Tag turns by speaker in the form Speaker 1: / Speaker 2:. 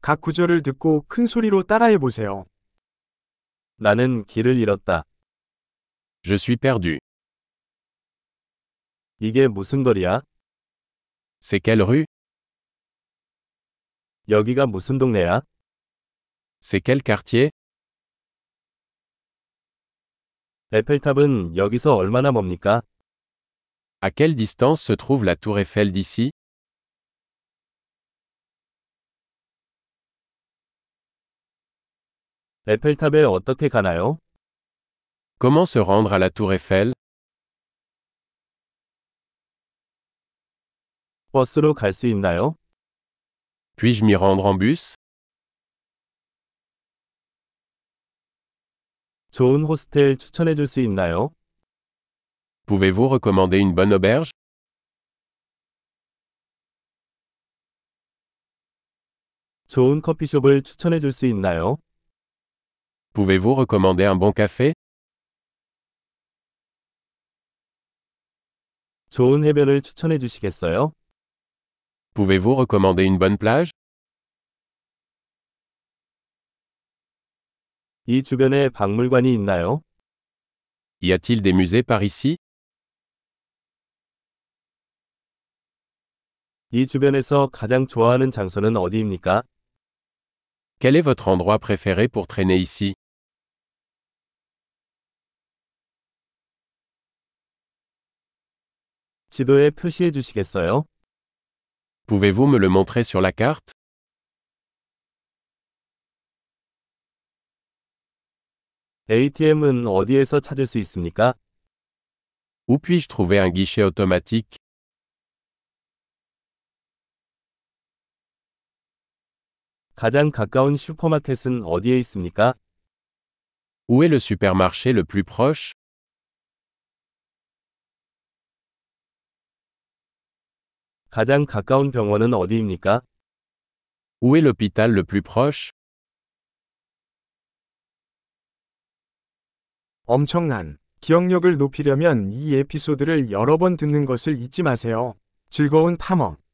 Speaker 1: 각 구절을 듣고 큰 소리로 따라해 보세요. 나는 길을 잃었다.
Speaker 2: Je suis perdu.
Speaker 1: 이게 무슨 거리야?
Speaker 2: C'est quelle rue
Speaker 1: 여기가 무슨 동네야?
Speaker 2: C'est quel quartier
Speaker 1: 에펠탑은 여기서 얼마나 멉니까?
Speaker 2: À quelle distance se trouve la tour Eiffel d'ici
Speaker 1: 에펠탑에 어떻게 가나요?
Speaker 2: Comment se rendre à la tour Eiffel
Speaker 1: 버스로 갈 수 있나요?
Speaker 2: Puis-je m'y rendre en bus
Speaker 1: 좋은 호스텔 추천해 줄 수 있나요?
Speaker 2: Pouvez-vous recommander une bonne auberge
Speaker 1: 좋은 커피숍을 추천해 줄 수 있나요?
Speaker 2: Pouvez-vous recommander un bon café
Speaker 1: 좋은 해변을 추천해 주시겠어요?
Speaker 2: Pouvez-vous recommander une bonne plage
Speaker 1: 이 주변에 박물관이 있나요?
Speaker 2: Y a-t-il des musées par ici
Speaker 1: 이 주변에서 가장 좋아하는 장소는 어디입니까?
Speaker 2: Quel est votre endroit préféré pour traîner ici
Speaker 1: 지도에 표시해 주시겠어요?
Speaker 2: Pouvez-vous me le montrer sur la carte
Speaker 1: ATM은 어디에서 찾을 수 있습니까?
Speaker 2: Où puis-je trouver un guichet automatique
Speaker 1: 가장 가까운 슈퍼마켓은 어디에 있습니까?
Speaker 2: Où est le supermarché le plus proche
Speaker 1: 가장 가까운 병원은 어디입니까?
Speaker 2: Où est l'hôpital le plus proche
Speaker 3: 엄청난 기억력을 높이려면 이 에피소드를 여러 번 듣는 것을 잊지 마세요. 즐거운 탐험.